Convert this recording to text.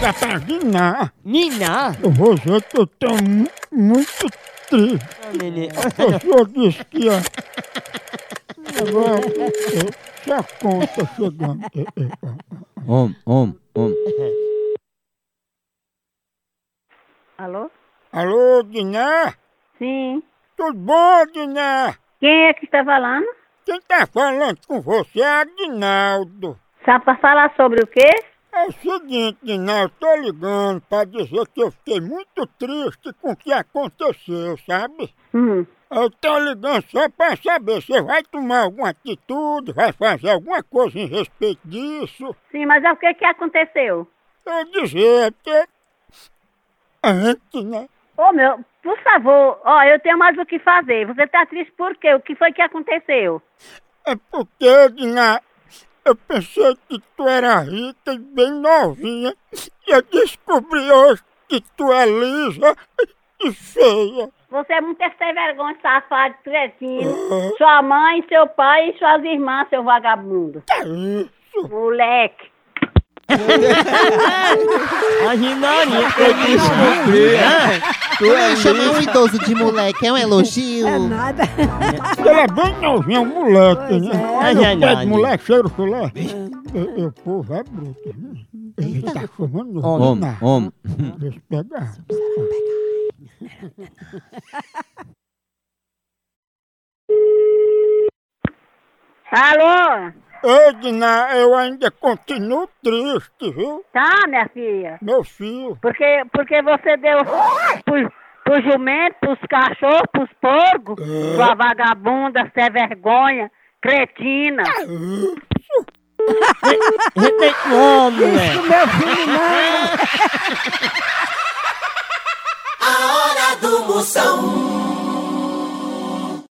dá pra guinar. Nina! Eu vou dizer que eu tô mu- muito triste. A pessoa disse que ia... Agora, eh, se a conta chegando... eh, eh, ó. Om, om, om. Alô? Alô, Diné? Sim. Tudo bom, Diné? Quem é que está falando? Quem tá falando com você é Agnaldo. Sabe para falar sobre o quê? É o seguinte, Diné, eu tô ligando pra dizer que eu fiquei muito triste com o que aconteceu, sabe? Hum. Eu tô ligando só pra saber se vai tomar alguma atitude, vai fazer alguma coisa em respeito disso. Sim, mas é o que que aconteceu? Eu dizer, é porque... A gente, né? Ô meu, por favor, ó, eu tenho mais o que fazer. Você tá triste por quê? O que foi que aconteceu? É porque, Diná, eu pensei que tu era rica e bem novinha. E eu descobri hoje que tu é lisa e feia. Você é muito sem vergonha, safado, cretino. Sua mãe, seu pai e suas irmãs, seu vagabundo. Que isso? Moleque. A É. Rinarinha! Chamar um idoso de moleque é um elogio. É nada. Ela é bem novinha, um moleque, né? é Aí eu verdade. pego mulher, cheiro filé. Eu, eu, povo é bruto, né? Ele tá fumando no Om, Diná. om. Deixa eu pegar. Alô? Ei, Diná, eu ainda continuo triste, viu? Tá, minha filha? Meu filho. Porque, porque você deu pro, pro jumento, pros cachorros, pros porcos, sua vagabunda, sem vergonha, cretina. Respeita o homem, é, moleque! A hora do Moção.